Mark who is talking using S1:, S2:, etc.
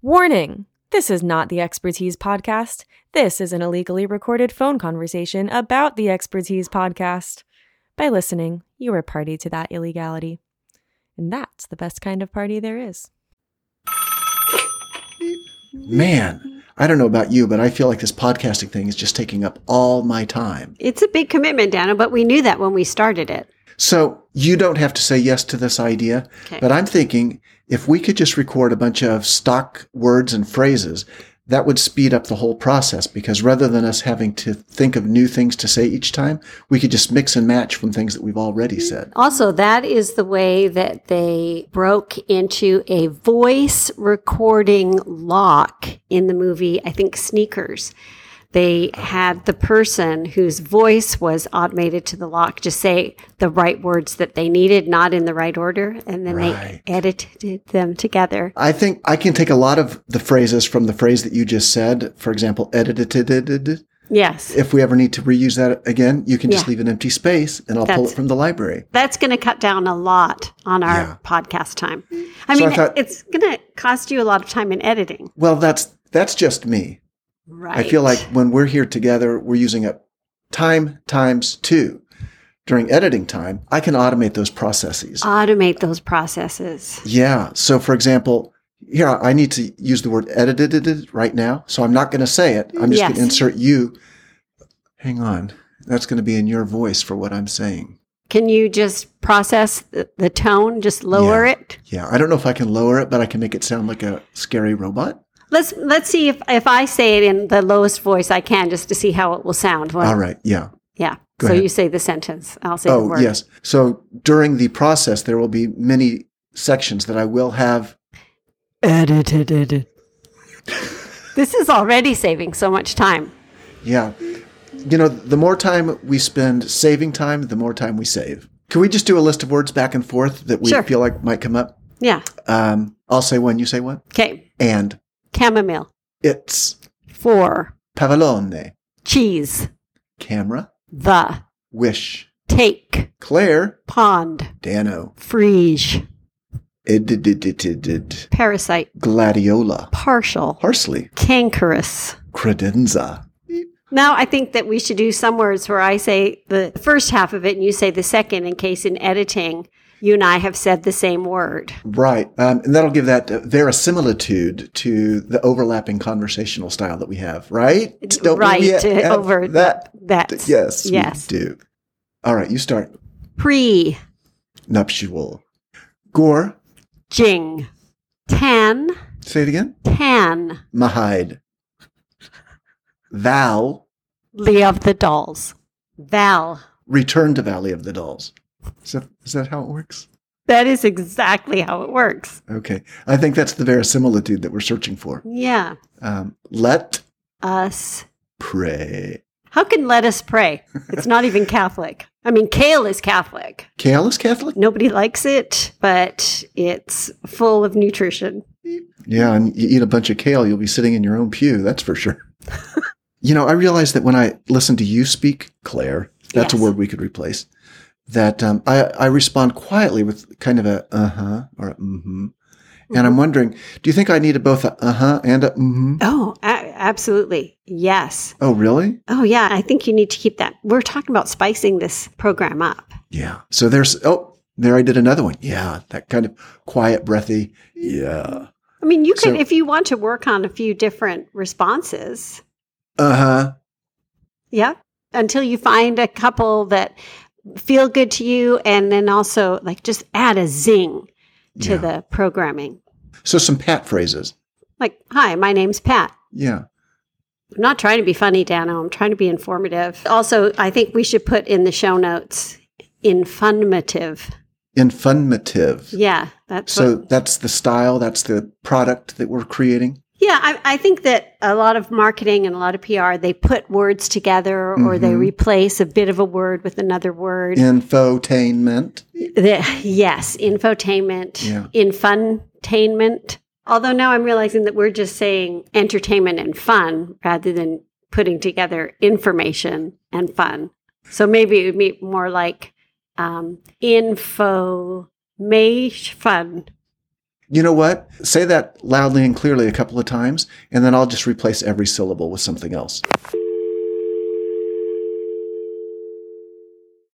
S1: Warning! This is not the Expertise Podcast. This is an illegally recorded phone conversation about the Expertise Podcast. By listening, you are party to that illegality. And that's the best kind of party there is.
S2: Man, I don't know about you, but I feel like this podcasting thing is just taking up all my time.
S3: It's a big commitment, Dana, but we knew that when we started it.
S2: So you don't have to say yes to this idea,
S3: Okay.
S2: but I'm thinking if we could just record a bunch of stock words and phrases, that would speed up the whole process because rather than us having to think of new things to say each time, we could just mix and match from things that we've already said.
S3: Also, that is the way that they broke into a voice recording lock in the movie, I think Sneakers. They had the person whose voice was automated to the lock just say the right words that they needed, not in the right order, and then
S2: Right.
S3: they edited them together.
S2: I think I can take a lot of the phrases from the phrase that you just said, for example, edited.
S3: Yes.
S2: If we ever need to reuse that again, you can just
S3: Yeah.
S2: leave an empty space and I'll pull
S3: That's-
S2: it from the library.
S3: That's going to cut down a lot on our
S2: Yeah.
S3: podcast time. I
S2: So I
S3: mean,
S2: thought-
S3: it's going to cost you a lot of time in editing.
S2: Well, that's that's just me.
S3: Right.
S2: I feel like when we're here together, we're using up time times two. During editing time, I can automate those
S3: Ah.
S2: processes.
S3: automate those processes.
S2: yeah. So, for example, here I need to use the word edited right now. So I'm not going to say it. I'm just going to
S3: Yes.
S2: insert you. Hang on. That's going to be in your voice for what I'm saying.
S3: Can you just process the, the tone, just lower
S2: Yeah.
S3: it?
S2: Yeah. I don't know if I can lower it, but I can make it sound like a scary robot.
S3: Let's let's see if if I say it in the lowest voice I can just to see how it will sound. Well,
S2: All right. Yeah.
S3: Yeah.
S2: Go
S3: so
S2: ahead.
S3: you say the sentence. I'll say the
S2: Oh,
S3: word.
S2: yes. So during the process, there will be many sections that I will have.
S3: Edited. this is already saving so much time.
S2: Yeah. You know, the more time we spend saving time, the more time we save. Can we just do a list of words back and forth that we
S3: Sure.
S2: feel like might come up?
S3: Yeah.
S2: Um, I'll say one, you say one.
S3: Okay.
S2: And
S3: Chamomile.
S2: it's
S3: For
S2: Pavalone,
S3: cheese.
S2: camera,
S3: The
S2: wish,
S3: take.
S2: Claire,
S3: Pond.
S2: Dano,
S3: Frige.
S2: edited,
S3: Parasite.
S2: gladiola,
S3: Partial.
S2: parsley,
S3: Cankerous.
S2: credenza.
S3: Now I think that we should do some words where I say the first half of it and you say the second in case in editing you and I have said the same word.
S2: Right. Um, and that'll give that uh, verisimilitude to the overlapping conversational style that we have, right? Don't we
S3: right
S2: have
S3: uh, over
S2: that.
S3: that.
S2: Yes,
S3: Yes.
S2: we do. All right, you start.
S3: Pre
S2: Nuptial. Gore,
S3: jing. Tan
S2: say it again.
S3: tan
S2: Mahide. Val,
S3: Lee of the Dolls. Val.
S2: return to Valley of the Dolls. Is that, is that how it works?
S3: That is exactly how it works.
S2: Okay. I think that's the verisimilitude that we're searching for.
S3: Yeah.
S2: Um, let
S3: Us.
S2: pray.
S3: How can let us pray? It's not even Catholic. I mean kale is Catholic.
S2: Kale is Catholic?
S3: Nobody likes it, but it's full of nutrition.
S2: Yeah, and you eat a bunch of kale, you'll be sitting in your own pew, that's for sure. you know, I realized that when I listen to you speak, Claire, that's a
S3: Yes.
S2: word we could replace, that um, I, I respond quietly with kind of a uh huh or a mm hmm. And
S3: Mm-hmm.
S2: I'm wondering, do you think I needed both a uh huh and a mm hmm?
S3: Oh, a- absolutely. Yes.
S2: Oh, really?
S3: Oh, yeah. I think you need to keep that. We're talking about spicing this program up.
S2: Yeah. So there's, oh, there I did another one. Yeah, that kind of quiet, breathy. Yeah.
S3: I mean, you can,
S2: So-
S3: if you want to work on a few different responses,
S2: Uh huh.
S3: yeah, until you find a couple that feel good to you. And then also, like, just add a zing to
S2: Yeah.
S3: the programming.
S2: So some pat phrases.
S3: Like, hi, my name's Pat.
S2: Yeah.
S3: I'm not trying to be funny, Dano. I'm trying to be informative. Also, I think we should put in the show notes informative.
S2: Infunmative.
S3: Yeah, that's
S2: So
S3: what,
S2: that's the style, that's the product that we're creating.
S3: Yeah, I, I think that a lot of marketing and a lot of PR, they put words together or they
S2: Mhm.
S3: replace a bit of a word with another word.
S2: Infotainment.
S3: The- yes, infotainment,
S2: Yeah.
S3: infuntainment. Although now I'm realizing that we're just saying entertainment and fun rather than putting together information and fun. So maybe it would be more like um, info fun.
S2: You know what? Say that loudly and clearly a couple of times, and then I'll just replace every syllable with something else.